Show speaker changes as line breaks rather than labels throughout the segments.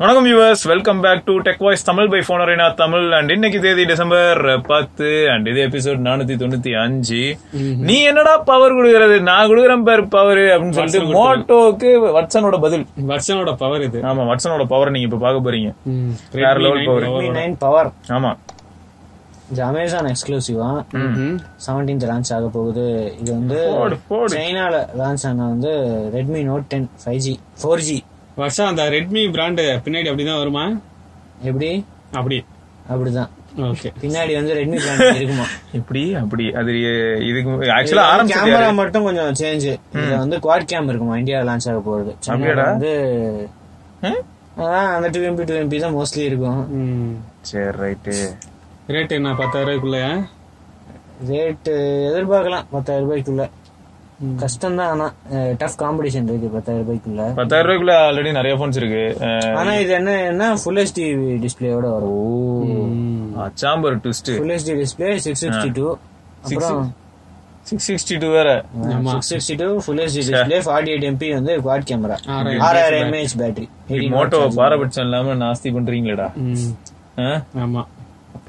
வணக்கம் yours welcome back to Tech Voice Tamil by Phone Arena Tamil and இன்னைக்கு தேதி December பத்து அண்ட் இது எபிசோட் நானூத்தி தொண்ணூத்தி அஞ்சு நீ என்னடா பவர் கொடுக்கறது நான் கொடுக்குறேன் பேர் பவர் அப்படின்னு சொல்லிட்டு மோட்டோக்கு வட்சனோட பதில்
வருஷனோட பவர் இது
ஆமா வட்சனோட பவர் நீங்க இப்ப பார்க்க போறீங்க வேற
Redmi
level power
9 power.
Nine power
ஆமா
இது அமேசான் எக்ஸ்க்ளூசிவா செவன்டீன்த் லான்ச் ஆக போகுது இது வந்து
போடு, போடு.
சைனால லான்ச் ஆன வந்து Redmi Note ten five G four G
வருஷம் அந்த ரெட்மி பிராண்டு பின்னாடி அப்படிதான் வருமா
எப்படி
அப்படி
அப்படிதான்
ஓகே
பின்னாடி வந்து ரெட்மி பிராண்ட் இருக்குமா
இப்படி அப்படி அது எ- இதுக்கு ஆக்சுவலா ஆரம்பிச்சது
கேமரா
யாரு?
மட்டும் கொஞ்சம் சேஞ்ச் இதுல வந்து குவாட் கேம் இருக்குமா இந்தியா லான்ச் ஆக போகுது சைனால
அப்படியாடா?
வந்து
ம்?
அதான் அந்த டூ எம்பி டூ எம்பி தான் மோஸ்ட்லி இருக்கும்
சரி ரைட்டு
ரேட் என்ன பத்தாயிரம் ரூபாய்க்குள்ள
ரேட்டு எதிர்பார்க்கலாம் பத்தாயிரம் ரூபாய்க்குள்ள கஷ்டம் தான் ஆனா டஃப் காம்படிஷன் இருக்கு பத்தாயிரம் ரூபாய்க்குள்ள
பத்தாயிரம் ரூபாய்க்குள்ள ஆல்ரெடி நிறைய போன்ஸ் இருக்கு அஹ்,
ஆனா இது என்ன என்ன ஃபுல் ஹெச்டி டிஸ்பிளேயோட வரும்
அச்சாம்பர் twist
full HD display six sixty two அப்புறம்
சிக்ஸ் சிக்ஸ்டி டூ வேற
six sixty two full HD display forty eight MP வந்து குவாட் கேமரா
ஆறாயிரம்
ஆறாயிரம் எம்ஏஹெச் பேட்டரி
மோட்டோ பாரபட்சம் இல்லாம நாஸ்தி பண்றீங்களேடா ஆ?
ஆமா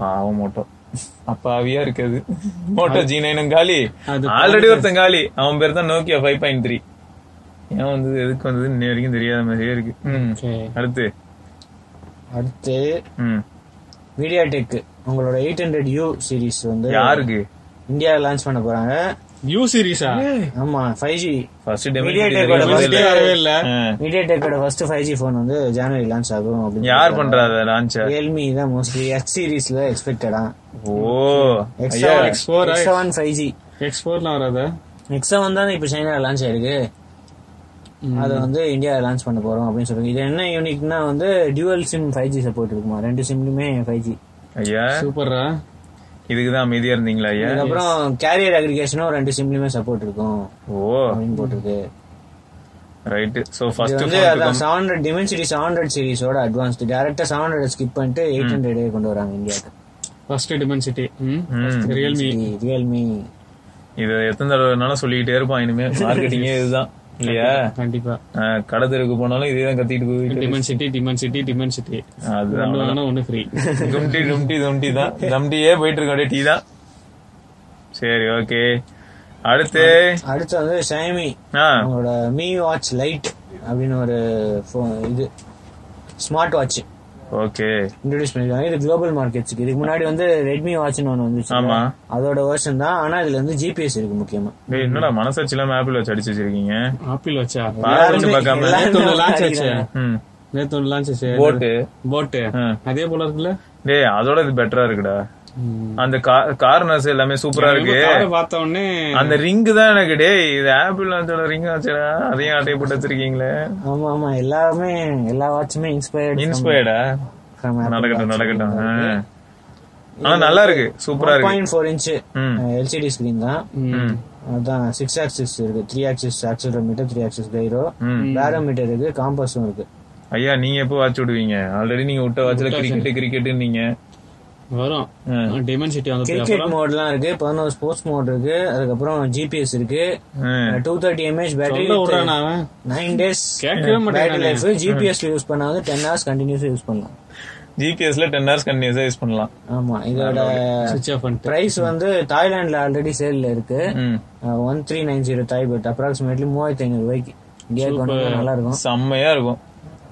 பாவம் மோட்டோ அப்பாவியா இருக்குது மோட்டோ ஜி நைனும் காலி
அது
ஆல்ரெடி ஒருத்தன் காலி அவன் பேர் தான் நோக்கியா ஃபைவ் பாயிண்ட் த்ரீ ஏன் வந்தது எதுக்கு வந்தது இன்ன வரைக்கும் தெரியாத மாதிரியே இருக்கு ம்.
ஓகே
அடுத்து
அடுத்து
ம்.
மீடியா டெக் உங்களோட எயிட் ஹண்ட்ரட் யூ சீரிஸ் வந்து
யாருக்கு
இந்தியா லான்ச் பண்ண போறாங்க
யூ சீரிஸா
ஆமா five G
first
Media
demo
Tech ஓட first
ஃபர்ஸ்டே வரவே இல்ல
மீடியா டெக்கோட ஃபர்ஸ்ட் ஃபைவ் ஜி ஃபோன் வந்து ஜனவரி லான்ச் ஆகும் அப்படின்னு
யார் பண்றா அதை லான்ச்ச
ரியல்மி தான் மோஸ்ட்லி எக்ஸ் சீரிஸ்ல எக்ஸ்பெக்டடா
ஓ
எக்ஸா
X4,
எக்ஸா ஒன் ஃபைவ் ஜி
எக்ஸ் போர்லாம் வராதா
நெக்ஸ்ட் வந்தானே இப்போ சைனால லான்ச் ஆயிருக்கு அதை வந்து இந்தியாவில் லான்ச் பண்ண போறோம் அப்படின்னு சொல்றாங்க இது என்ன யூனிக்னா வந்து dual SIM five G support இருக்குமா ரெண்டு சிம்லுமே ஃபைவ் ஜி
ஐயா
சூப்பர்ரா
இதுக்கு தான் அமைதியா இருந்தீங்களா ஐயா
அதுக்கப்புறம் கேரியர் அக்ரிகேஷனும் ரெண்டு சிம்லுமே சப்போர்ட் இருக்கும்
ஓ
அப்படின்னு போட்டிருக்கு
ரைட் சோ
இது
ஃபர்ஸ்ட்
வந்து அதான் seven hundred Dimensity seven hundred சீரிஸோட அட்வான்ஸ் டேரக்டா செவன் ஹண்ட்ரட் ஸ்கிப் பண்ணிட்டு எயிட் ஹண்ட்ரடே கொண்டு வராங்க இந்தியாவுக்கு
ஃபர்ஸ்ட் டிமென்சிட்டி ரியல்மி
ரியல்மி
இத எத்தனை தடவைனாலும் சொல்லிக்கிட்டே இருப்பான் இனிமே மார்க்கெட்டிங்கே இதுதான் இல்லையா
கண்டிப்பா
ஆஹ் கடை தெருக்கு போனாலும் இதே தான் கத்திட்டு போயிட்டு
டிமென்சிட்டி டிமென்சிட்டி டிமென்சிட்டி
அதுதான்
ஒன்று வாங்கினா ஒன்று ஃப்ரீ
தும்டி தும்டி தும்டி தான் தம்டியே போயிட்டு இருக்கு அப்படியே டீ தான் சரி ஓகே அடுத்து
அடுத்து வந்து ஷைமி
ஆ
அவங்களோட மீ வாட்ச் லைட் அப்படின்னு ஒரு phone இது ஸ்மார்ட் வாட்ச்
ஓகே
இன்ட்ரடியூஸ் பண்ணிருக்காங்க இது குளோபல் மார்க்கெட்ஸ்க்கு இதுக்கு முன்னாடி வந்து ரெட்மி வாட்ச்னு ஒன்று வந்துச்சு
ஆமா
அதோட வெர்ஷன் தான் ஆனா இதுல வந்து ஜிபிஎஸ் இருக்கு முக்கியமா
டேய், என்னடா மனசாட்சி இல்லாம ஆப்பிள் வச்சு அடிச்சு வச்சிருக்கீங்க
ஆப்பிள் வச்சா
பாரபட்சம் பார்க்காம
நேத்து ஒன்று லான்ச் ஆச்சு
ம்
நேத்து ஒன்று லான்ச் ஆச்சு
போட்டு
போட்டு அதே போல இருக்குல்ல
டேய் அதோட இது பெட்டரா இருக்குடா அந்த கார்னர்ஸ் எல்லாமே சூப்பரா இருக்கு
காரை பார்த்த உடனே
அந்த ரிங்கு தான் எனக்கு டேய் இது ஆப்பிள் வாட்சோட ரிங் வச்சுடா அதையும் அட்டையை போட்டு வச்சிருக்கீங்களே
ஆமா ஆமா எல்லாமே எல்லா வாட்சுமே இன்ஸ்பயர்ட்
இன்ஸ்பயர்டா நடக்கட்டும் நடக்கட்டும் ஆ. ஆனா நல்லா இருக்கு சூப்பரா இருக்கு
பாயிண்ட் ஃபோர் இன்ச்சு
ம்.
எல்சிடி ஸ்கிரீன் தான்
ம்.
அதான் சிக்ஸ் ஆக்சிஸ் இருக்கு three axis accelerometer three axis gyro barometer இருக்கு காம்பஸும் இருக்கு
ஐயா நீங்க எப்போ வாட்ச் விடுவீங்க ஆல்ரெடி நீங்க விட்ட வாட்ச்ல கிரிக்கெட் கிரிக்கெட் நீங்க
வரும் டிமென்சிட்டி வந்து
கிரிக்கெட் மோட்லாம் இருக்கு பதினோரு ஸ்போர்ட்ஸ் மோட் இருக்கு அதுக்கப்புறம் ஜிபிஎஸ் இருக்கு டூ தேர்ட்டி எம்ஏஹெச் பேட்டரி
விடுறான் அவன்
நைன் டேஸ்
கேட்கவே
பேட்டரி லைஃப் ஜிபிஎஸ் யூஸ் பண்ணா வந்து டென் ஹவர்ஸ் கண்டினியூஸா யூஸ் பண்ணலாம்
ஜிபிஎஸ்ல டென் ஹவர்ஸ் கண்டினியூஸா யூஸ் பண்ணலாம்
ஆமா இதோட
சுவிச் ஆஃப் பண்ணிட்டு
பிரைஸ் வந்து தாய்லாந்துல ஆல்ரெடி சேல்ல இருக்கு
ம்.
One three nine zero Thai but approximately மூவாயிரத்தி ஐநூறு ரூபாய்க்கு இந்தியாவுக்கு வந்தா நல்லா இருக்கும்
செம்மையா இருக்கும்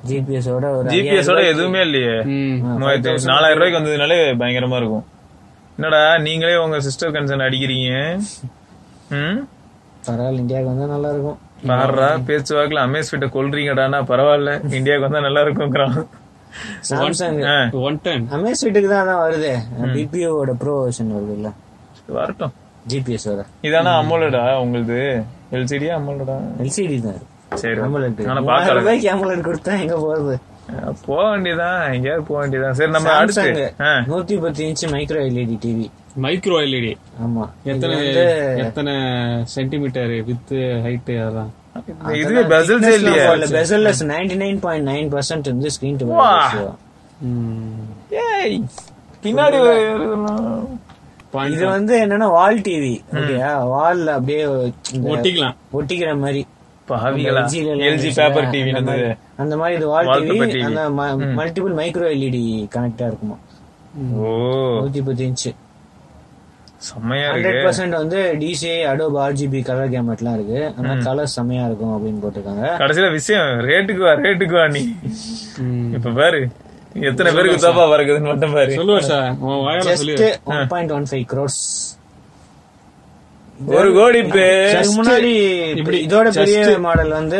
ஜிபிஎஸோட ஒரு
GPS ஓட எதுவுமே இல்லையே
ம்.
மூவாயிரத்தி ஐநூறு. நாலாயிரம் ரூபாய்க்கு வந்ததுனாலே பயங்கரமா இருக்கும் என்னடா நீங்களே உங்க சிஸ்டர் கன்சர்ன் அடிக்கிறீங்க ம்
பரவாயில்ல இந்தியாவுக்கு வந்தா நல்லா இருக்கும்
பாடுறா பேச்சு வாக்குல அமேஸ் கிட்ட கொல்றீங்கடானா பரவாயில்ல இந்தியாவுக்கு வந்தா நல்லா இருக்குங்கிறான்
சாம்சங்
ஆ,
ஒன் டென்
அமேஸ் வீட்டுக்கு தான் அதான் வருது பிபிஓட ப்ரோ வெர்ஷன் வருது இல்ல
வரட்டும்
ஜிபிஎஸோட
இதானா அம்மோலடா உங்களுது எல்சிடியா அம்மோலடா
எல்சிடி தான் இருக்கு
சரி
AMOLED.
ஆனா
மூவாயிரம் ரூபாய்க்கு அமலட் கொடுத்தா எங்க போறது
பாக்க- போக வேண்டியதான் எங்கேயாவது போக வேண்டியதான் சரி நம்ம அடுத்து
சாம்சங்
ஆ,
நூத்தி பத்து inch micro LED TV
micro LED
ஆமா
எத்தனை எத்தனை சென்டிமீட்டர் வித் ஹைட் அதெல்லாம்
இதுவே பசில்ஸே இல்லையா
bezelless ninety nine point nine percent வந்து ஸ்கிரீன் டு
ஏய் பின்னாடி ஒரு- ஒரு-
பாயிண்ட்
Hmm. இது வந்து என்னன்னா வால் டிவி ஓகேயா வால்ல அப்படியே இந்த
ஒட்டிக்கலாம்
ஒட்டிக்கிற மாதிரி
பாவிகளா
LG ல
எல்ஜி
இருந்துச்சுல,
பேப்பர் டிவி
அந்த
வந்து
மாதிரி- அந்த மாதிரி இது wall Hmm.
wallpaper
TV
TV.
அந்த மல்டிபிள் மைக்ரோ எல்இடி கனெக்டா E இருக்குமா
ஓ
நூத்தி பத்து இன்ச்சு
செம்மையா
ஹண்ட்ரட்
இருக்கு
பர்சன்ட் வந்து டிசிஐ அடோப் ஆர்ஜிபி கலர் கேமெட்லாம் இருக்கு ஆனா கலர் செமையா இருக்கும் அப்படின்னு போட்டிருக்காங்க
கடைசியில விஷயம் ரேட்டுக்கு வா ரேட்டுக்கு வா நீ
ம்.
இப்ப பாரு எத்தனை பேருக்கு தப்பா வரக்குதுன்னு மட்டும் பாரு
சொல்லுவேன் சார் உன் வாயால சொல்லி
just one point one five crores
ஒரு கோடி பேர்
அதுக்கு முன்னாடி
இப்படி
இதோட பெரிய மாடல் வந்து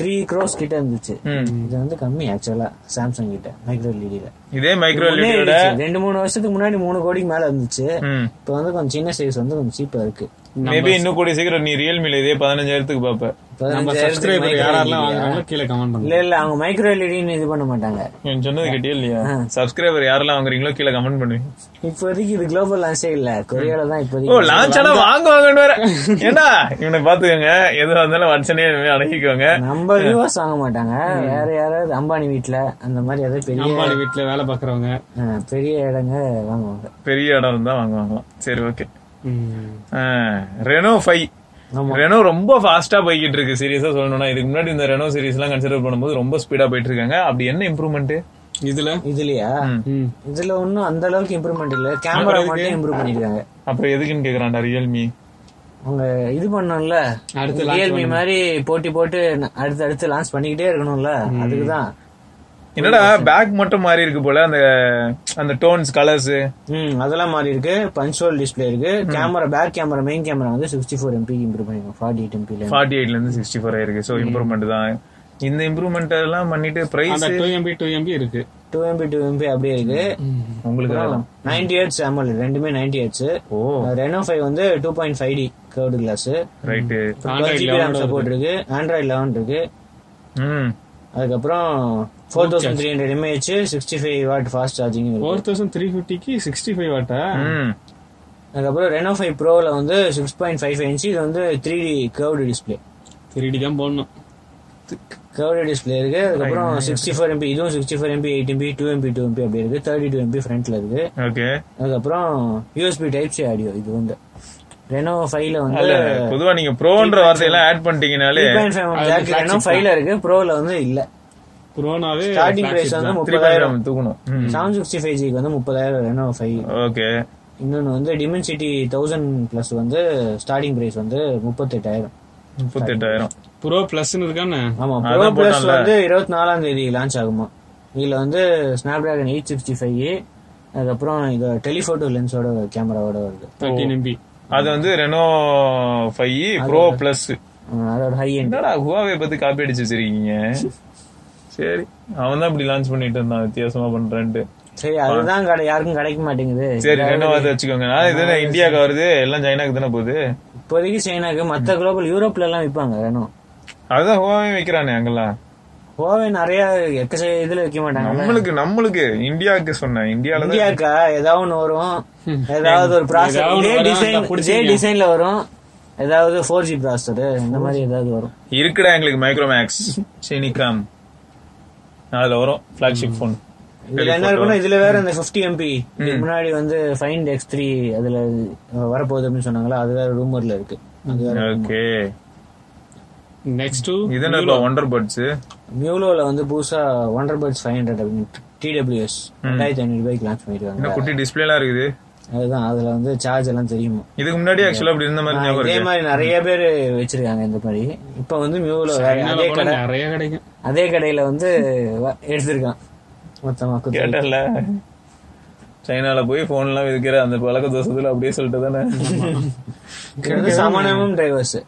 த்ரீ க்ரோஸ் கிட்ட இருந்துச்சு
ம்.
இது வந்து கம்மி ஆக்சுவலா சாம்சங் கிட்ட மைக்ரோ எல்இடியில
இதே மைக்ரோ எல்இடியோட
ரெண்டு மூணு வருஷத்துக்கு முன்னாடி மூணு கோடிக்கு மேல இருந்துச்சு
ம்
இப்போ வந்து கொஞ்சம் சின்ன சைஸ் வந்து கொஞ்சம் சீப்பா இருக்கு
மேபி இன்னும் கூடிய சீக்கிரம் நீ ரியல்மில இதே பதினஞ்சாயிரத்துக்கு பாப்ப
நம்ம
பதினஞ்சாயிரத்துக்கு
சப்ஸ்கிரைபர்
micro
யாரெல்லாம்
LED.
வாங்குறாங்களோ கீழே கமெண்ட் பண்ணுங்க
இல்ல இல்ல அவங்க மைக்ரோ எல்இடின்னு இது பண்ண மாட்டாங்க
நீங்க சொன்னது கேட்டியா இல்லையா சப்ஸ்கிரைபர் யாரெல்லாம் வாங்குறீங்களோ கீழே கமெண்ட் பண்ணுவீங்க
இப்போதைக்கு இது குளோபல் லான்ச்சே இல்ல கொரியால தான்
ஓ
இப்போதைக்கு
லான்ச் ஆனா வாங்குவாங்கன்னு வேற ஏன்னா இவனை பாத்துக்கோங்க எதுவா இருந்தாலும் வடச்சனே அடக்கிக்கோங்க
நம்ம வியூவர்ஸ் வாங்க மாட்டாங்க வேற யாராவது அம்பானி வீட்ல அந்த மாதிரி ஏதாவது பெரிய
அம்பானி வீட்டுல வேலை பாக்குறவங்க
ஆ, பெரிய இடங்க வாங்குவாங்க
பெரிய இடம் தான் வாங்குவாங்களாம் சரி ஓகே ரெனோ ஃபைவ்
ஆமா.
ரெனோ ரொம்ப ஃபாஸ்டா போய்கிட்டு இருக்கு சீரியஸா சொல்லணும்னா இதுக்கு முன்னாடி இந்த ரெனோ சீரிஸ் எல்லாம் கன்சிடர் பண்ணும்போது ரொம்ப ஸ்பீடா போயிட்டு இருக்காங்க அப்படி என்ன இம்ப்ரூவ்மெண்ட்
இதுல
இதுலயா
ம்.
இதுல ஒன்னும் அந்த அளவுக்கு இம்ப்ரூவ்மெண்ட் இல்ல கேமரா மட்டும் இம்ப்ரூவ் பண்ணிருக்காங்க
அப்புறம் எதுக்குன்னு கேக்குறான்டா ரியல்மி
அவங்க இது பண்ணோம்ல
அடுத்து
ரியல்மி மாதிரி போட்டி போட்டு ந- அடுத்து அடுத்து லான்ச் பண்ணிக்கிட்டே இருக்கணும்ல அதுக்குதான்
என்னடா பேக் மட்டும் மாறி இருக்கு போல அந்த அந்த டோன்ஸ் கலர்ஸ்
ம் அதெல்லாம் மாறி இருக்கு பஞ்சோல் டிஸ்ப்ளே இருக்கு camera back camera main camera வந்து சிக்ஸ்டி ஃபோர் எம்பி இம்ப்ரூவ் பண்ணிருக்காங்க ஃபார்ட்டி எயிட் எம்பில
ஃபார்ட்டி எயிட்ல இருந்து சிக்ஸ்டி ஃபோர் ஆயிருக்கு ஸோ இம்ப்ரூவ்மெண்ட் தான் இந்த இம்ப்ரூவ்மெண்ட் எல்லாம் பண்ணிட்டு பிரைஸ்
அந்த டூ எம்பி டூ எம்பி இருக்கு
டூ எம்பி டூ எம்பி அப்படியே இருக்கு
உங்களுக்கு தான்.
நைன்டி ஹெட்ஸ் ஆமல் ரெண்டுமே நைன்டி ஹெட்ஸ்
ஓ
ரெனோ ஃபைவ் வந்து two point five D curved glass
right
Android
GB RAM support இருக்கு ஆண்ட்ராய்டு லெவன் இருக்கு
ம்
அதுக்கப்புறம் four thousand three hundred mAh sixty five watt fast charging இருக்கு
ஃபோர் தௌசண்ட் த்ரீ ஃபிஃப்டிக்கு சிக்ஸ்டி ஃபைவ் வாட்டா
ம்
அதுக்கப்புறம் ரெனோ ஃபைவ் ப்ரோவில் வந்து சிக்ஸ் பாயிண்ட் ஃபைவ் இன்ச்சு இது வந்து three D curved display
three D தான் போடணும்
கர்வ்டு டிஸ்பிளே இருக்கு அதுக்கப்புறம் சிக்ஸ்டி ஃபோர் எம்பி இதுவும் sixty four MP eight MP two MP two MP அப்படி இருக்கு தேர்ட்டி டூ எம்பி ஃப்ரண்ட்ல இருக்கு
ஓகே
அதுக்கப்புறம் யூஎஸ்பி டைப் சி ஆடியோ இது வந்து ரெனோ ஃபைவ்ல வந்து
இல்ல பொதுவா நீங்க ப்ரோன்ற வார்த்தையெல்லாம் ஆட் பண்ணிட்டீங்கனாலே
பாயிண்ட் ஃபைவ் ஜாக் ரெனோ ஃபைவ்ல இருக்கு ப்ரோவில் வந்து இல்லை
புரோனாவே
ஸ்டார்டிங் பிரைஸ் வந்து
த்ரீ
முப்பதாயிரம்
பாயிண்ட் தூக்கணும் ம்
செவன் சிக்ஸ்டி ஃபைவ் ஜிக்கு வந்து முப்பதாயிரம் ரெனோ ஃபைவ்
ஓகே
இன்னொன்று வந்து டிமென்சிட்டி தௌசண்ட் ப்ளஸ் வந்து ஸ்டார்டிங் ப்ரைஸ் வந்து முப்பத்தெட்டாயிரம்
முப்பத்தெட்டாயிரம்
ப்ரோ பிளஸ்ன்னு இருக்கானே
ஆமாம்
அதான்
ப்ரோ ப்ளஸ்
போட்டான்ல.
வந்து இருபத்தி நாலாம் தேதி லான்ச் ஆகுமா இதில் வந்து Snapdragon eight sixty five அதுக்கப்புறம் இது டெலிஃபோட்டோ லென்ஸோட கேமராவோட வருது
தேர்ட்டின் எம்பி
அது வந்து Reno five pro plus
ah அதோட ஹை எண்ட்
என்னடா ஹுவாவே பத்தி காப்பி அடிச்சு வச்சிருக்கீங்க சரி அவன் தான் இப்படி லான்ச் பண்ணிட்டு இருந்தான் வித்தியாசமா பண்றேன்ட்டு
சரி அதுதான் கடை யாருக்கும் கிடைக்க மாட்டேங்குது
சரி ரெனோவாவது வச்சுக்கோங்க நான் இது என்ன இந்தியாவுக்கு வருது எல்லாம் சைனாக்கு தானே போகுது
இப்போதைக்கு சைனாக்கு மற்ற குளோபல் யூரோப்ல எல்லாம் விற்பாங்க ரெனோ
அதுதான் ஹுவாவே வைக்கிறானே அங்கெல்லாம்
ஹோவே நிறைய எக்கச்ச இதுல விற்க மாட்டாங்க
நம்மளுக்கு நம்மளுக்கு இந்தியாவுக்கு சொன்னேன் இந்தியால தான்
இந்தியாக்கா ஏதாவது ஒண்ணு வரும் ஏதாவது ஒரு ப்ராசஸ் இதே டிசைன் இதே டிசைன்ல வரும் ஏதாவது ஃபோர் ஜி ப்ராசஸர் இந்த மாதிரி ஏதாவது வரும்
இருக்குடா எங்களுக்கு மைக்ரோமேக்ஸ் சினிகாம் அதுல வரும் ஃபிளாக்ஷிப் ஃபோன்
இதுல என்ன இருக்கும்னா இதுல வேற இந்த 50 எம்பி முன்னாடி வந்து ஃபைண்ட் எக்ஸ் த்ரீ அதுல வரப்போகுது அப்படின்னு சொன்னாங்களா அது வேற ரூமர்ல இருக்கு அது வேற
ஓகே
நெக்ஸ்ட் டூ
இது என்ன ஒண்டர் பேர்ட்ஸ்
மியூலோல வந்து புதுசா ஒண்டர் பர்ட்ஸ் ஃபைவ் ஹண்ட்ரட் அப்படின்னு டிடபிள்யூஎஸ் ரெண்டாயிரத்தி ஐநூறு ரூபாய்க்கு லான்ச் பண்ணிருக்காங்க
என்ன குட்டி டிஸ்பிளே எல்லாம் இருக்குது
அதுதான் அதுல வந்து சார்ஜ் எல்லாம் தெரியுமா
இதுக்கு முன்னாடி ஆக்சுவலா அப்படி இருந்த மாதிரி ஞாபகம்
இதே
இருக்கு
மாதிரி நிறைய பேர் வச்சிருக்காங்க இந்த மாதிரி இப்ப வந்து மியூல வேற அதே கடை
நிறைய கிடைக்கும்
அதே கடையில வந்து வ- எடுத்திருக்கான் மொத்தமா குத்து
கேட்டல சைனால போய் போன் எல்லாம் விற்கிற அந்த பழக்க தோசத்துல அப்படியே சொல்லிட்டு தானே
இது வந்து சமணமும் டிரைவர்ஸ்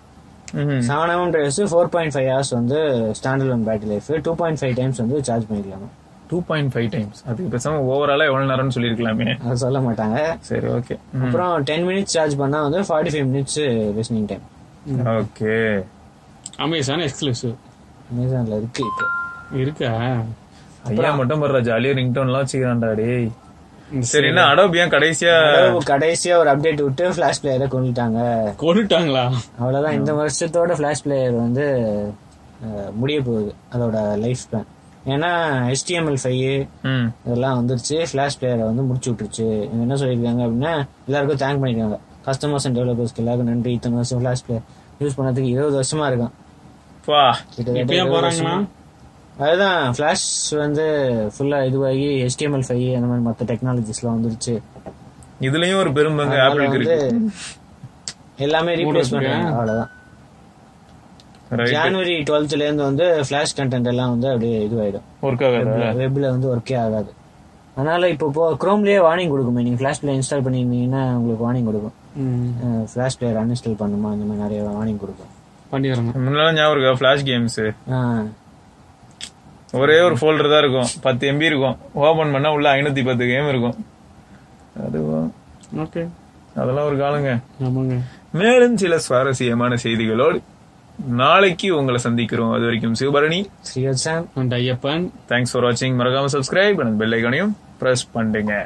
ம்ஹும்.
சமணமும் drivers four point five hours வந்து standard one battery life two point five times வந்து சார்ஜ் பண்ணிக்கலாம்
டூ பாயிண்ட் ஃபைவ் டைம்ஸ் அதுக்கு பேசாம ஓவராலா எவ்வளவு நேரம்னு சொல்லியிருக்கலாமே
அதை சொல்ல மாட்டாங்க
சரி ஓகே
அப்புறம் டென் மினிட்ஸ் சார்ஜ் பண்ணா வந்து forty five minutes listening time
okay
Amazon exclusive
அமேசான்ல இருக்கு இப்போ
இருக்கா
ஐயா மட்டும் படுற ஜாலியா ரிங் டோன் எல்லாம் வச்சுக்கிறான்டா டேய் சரி என்ன அடோப் ஏன் கடைசியா
அதாவது கடைசியா ஒரு அப்டேட் விட்டு ஃபிளாஷ் பிளேயரை கொண்டுட்டாங்க
கொண்டுட்டாங்களா
அவ்வளவுதான் இந்த வருஷத்தோட ஃபிளாஷ் பிளேயர் வந்து அஹ், முடிய போகுது அதோட லைஃப் ஸ்பேன் ஏன்னா HTML5 ஃபைவ்
ம்
இதெல்லாம் வந்துருச்சு ஃப்ளாஷ் பிளேயரை வந்து முடிச்சு விட்டுருச்சு இவங்க என்ன சொல்லியிருக்காங்க அப்படின்னா எல்லாருக்கும் தேங்க் பண்ணியிருக்காங்க கஸ்டமர்ஸ் அண்ட் டெவலப்பர்ஸ்க்கு எல்லாருக்கும் நன்றி இத்தனை வருஷம் ஃப்ளாஷ் பிளேயர் யூஸ் பண்ணதுக்கு இருபது வருஷமா இருக்கும்
பா
கிட்டத்தட்ட
இப்ப ஏன்
இருபது
போறாங்கன்னா
வருஷம். அதுதான் ஃபிளாஷ் வந்து ஃபுல்லா இதுவாகி HTML5 அந்த மாதிரி மற்ற டெக்னாலஜிஸ்லாம் வந்துருச்சு
இதுலயும் ஒரு பெரும் பங்கு
அதனால
ஆப்பிளுக்கு
வந்து
இருக்கு
எல்லாமே ரீப்ளேஸ்
மூணு
பண்ணுறாங்க
இருக்கு.
அவ்வளோதான்
ரைட்
ஜனவரி டுவெல்த்ல இருந்து வந்து ஃபிளாஷ் கண்டென்ட் எல்லாம் வந்து அப்படியே இதுவாயிடும்
ஒர்க் ஆகாதா
வெப்ல வந்து ஒர்க்கே ஆகாது அதனால இப்போ போ க்ரோம்லயே வார்னிங் கொடுக்குமே நீங்க ஃபிளாஷ் பிளேயர் இன்ஸ்டால் பண்ணியிருந்தீங்கன்னா உங்களுக்கு வார்னிங் கொடுக்கும் ஃபிளாஷ் பிளேயர் அன்இன்ஸ்டால் பண்ணுமா இந்த மாதிரி நிறைய வார்னிங் கொடுக்கும்
பண்ணிடுறேன்
முன்னால ஞாபகம் இருக்கா ஃபிளாஷ் கேம்ஸ்
ஆ,
ஒரே ஒரு ஃபோல்டர் தான் இருக்கும் பத்து எம்பி இருக்கும் ஓபன் பண்ணா உள்ள ஐநூத்தி பத்து கேம் இருக்கும் அதுவும்
ஓகே
அதெல்லாம் ஒரு காலங்க
ஆமாங்க
மேலும் சில சுவாரஸ்யமான செய்திகளோடு நாளைக்கு உங்களை சந்திக்கிறோம் அது வரைக்கும் Sivabharani
Srivatsan
and Ayyappan
thanks for வாட்சிங் மறக்காம சப்ஸ்கிரைப் அண்ட் பெல் ஐக்கானையும் பிரஸ் பண்ணுங்க